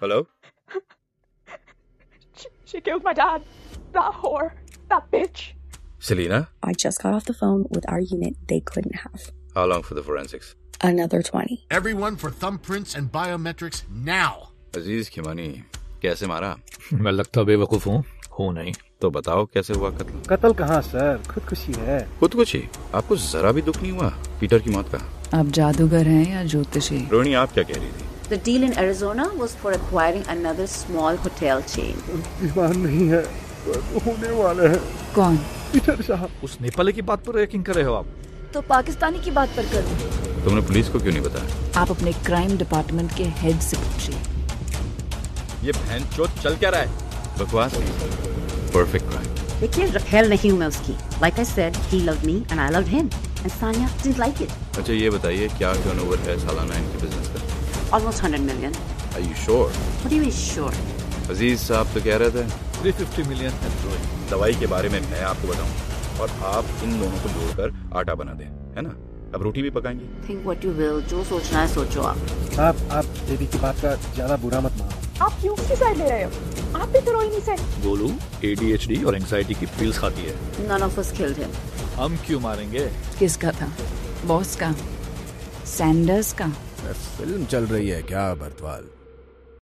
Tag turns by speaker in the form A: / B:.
A: Hello?
B: She, she killed my dad. That whore. That bitch.
A: Selena?
C: I just got off the phone with our unit they couldn't have.
A: How long for the forensics?
C: Another 20.
D: Everyone for thumbprints and biometrics now.
A: Aziz Khimani कैसे मारा
E: मैं लगता बेवकूफ हूँ हूँ नहीं
A: तो बताओ कैसे हुआ कत्ल
F: कत्ल कहाँ सर खुदकुशी है
A: खुदकुशी आपको जरा भी दुख नहीं हुआ पीटर की मौत का
G: आप जादूगर हैं या ज्योतिषी
A: रोहिणी आप क्या कह रही थी
H: The deal in Arizona was for acquiring another small hotel chain.
F: बीमार नहीं है पर होने वाला है
G: कौन
F: पीटर साहब
E: उस नेपाली की बात पर यकीन कर रहे हो आप
I: तो पाकिस्तानी की बात पर करो
A: तुमने पुलिस को क्यों नहीं बताया
G: आप अपने क्राइम डिपार्टमेंट के हेड से पूछिए
A: ये बहन चल क्या रहा है बकवास परफेक्ट क्राइम
H: देखिए रखेल नहीं हूँ मैं उसकी Like I said, he loved me and I loved him. And Sanya didn't like it.
A: अच्छा ये बताइए क्या टर्नओवर है सालाना इनके बिजनेस का
H: Almost 100 million.
A: Are you sure
H: What do you mean sure?
A: Aziz साहब तो कह रहे थे
E: 350 मिलियन है रोहिणी
A: दवाई के बारे में मैं आपको बताऊं और आप इन दोनों को जोड़कर आटा बना दें है ना अब रोटी भी पकाएंगे
H: Think what you will. जो सोचना है सोचो आप.
F: आप आप देवी की बात का ज्यादा बुरा मत मानो
B: आप क्यों उसकी साइड ले रहे हो आप भी तो रोहिणी से
E: गोलू एडीएचडी और एंजाइटी की पिल्स खाती है
H: None of us killed him.
E: हम क्यों मारेंगे
G: किसका था बॉस का सैंडर्स का
J: फिल्म चल रही है क्या भरतवाल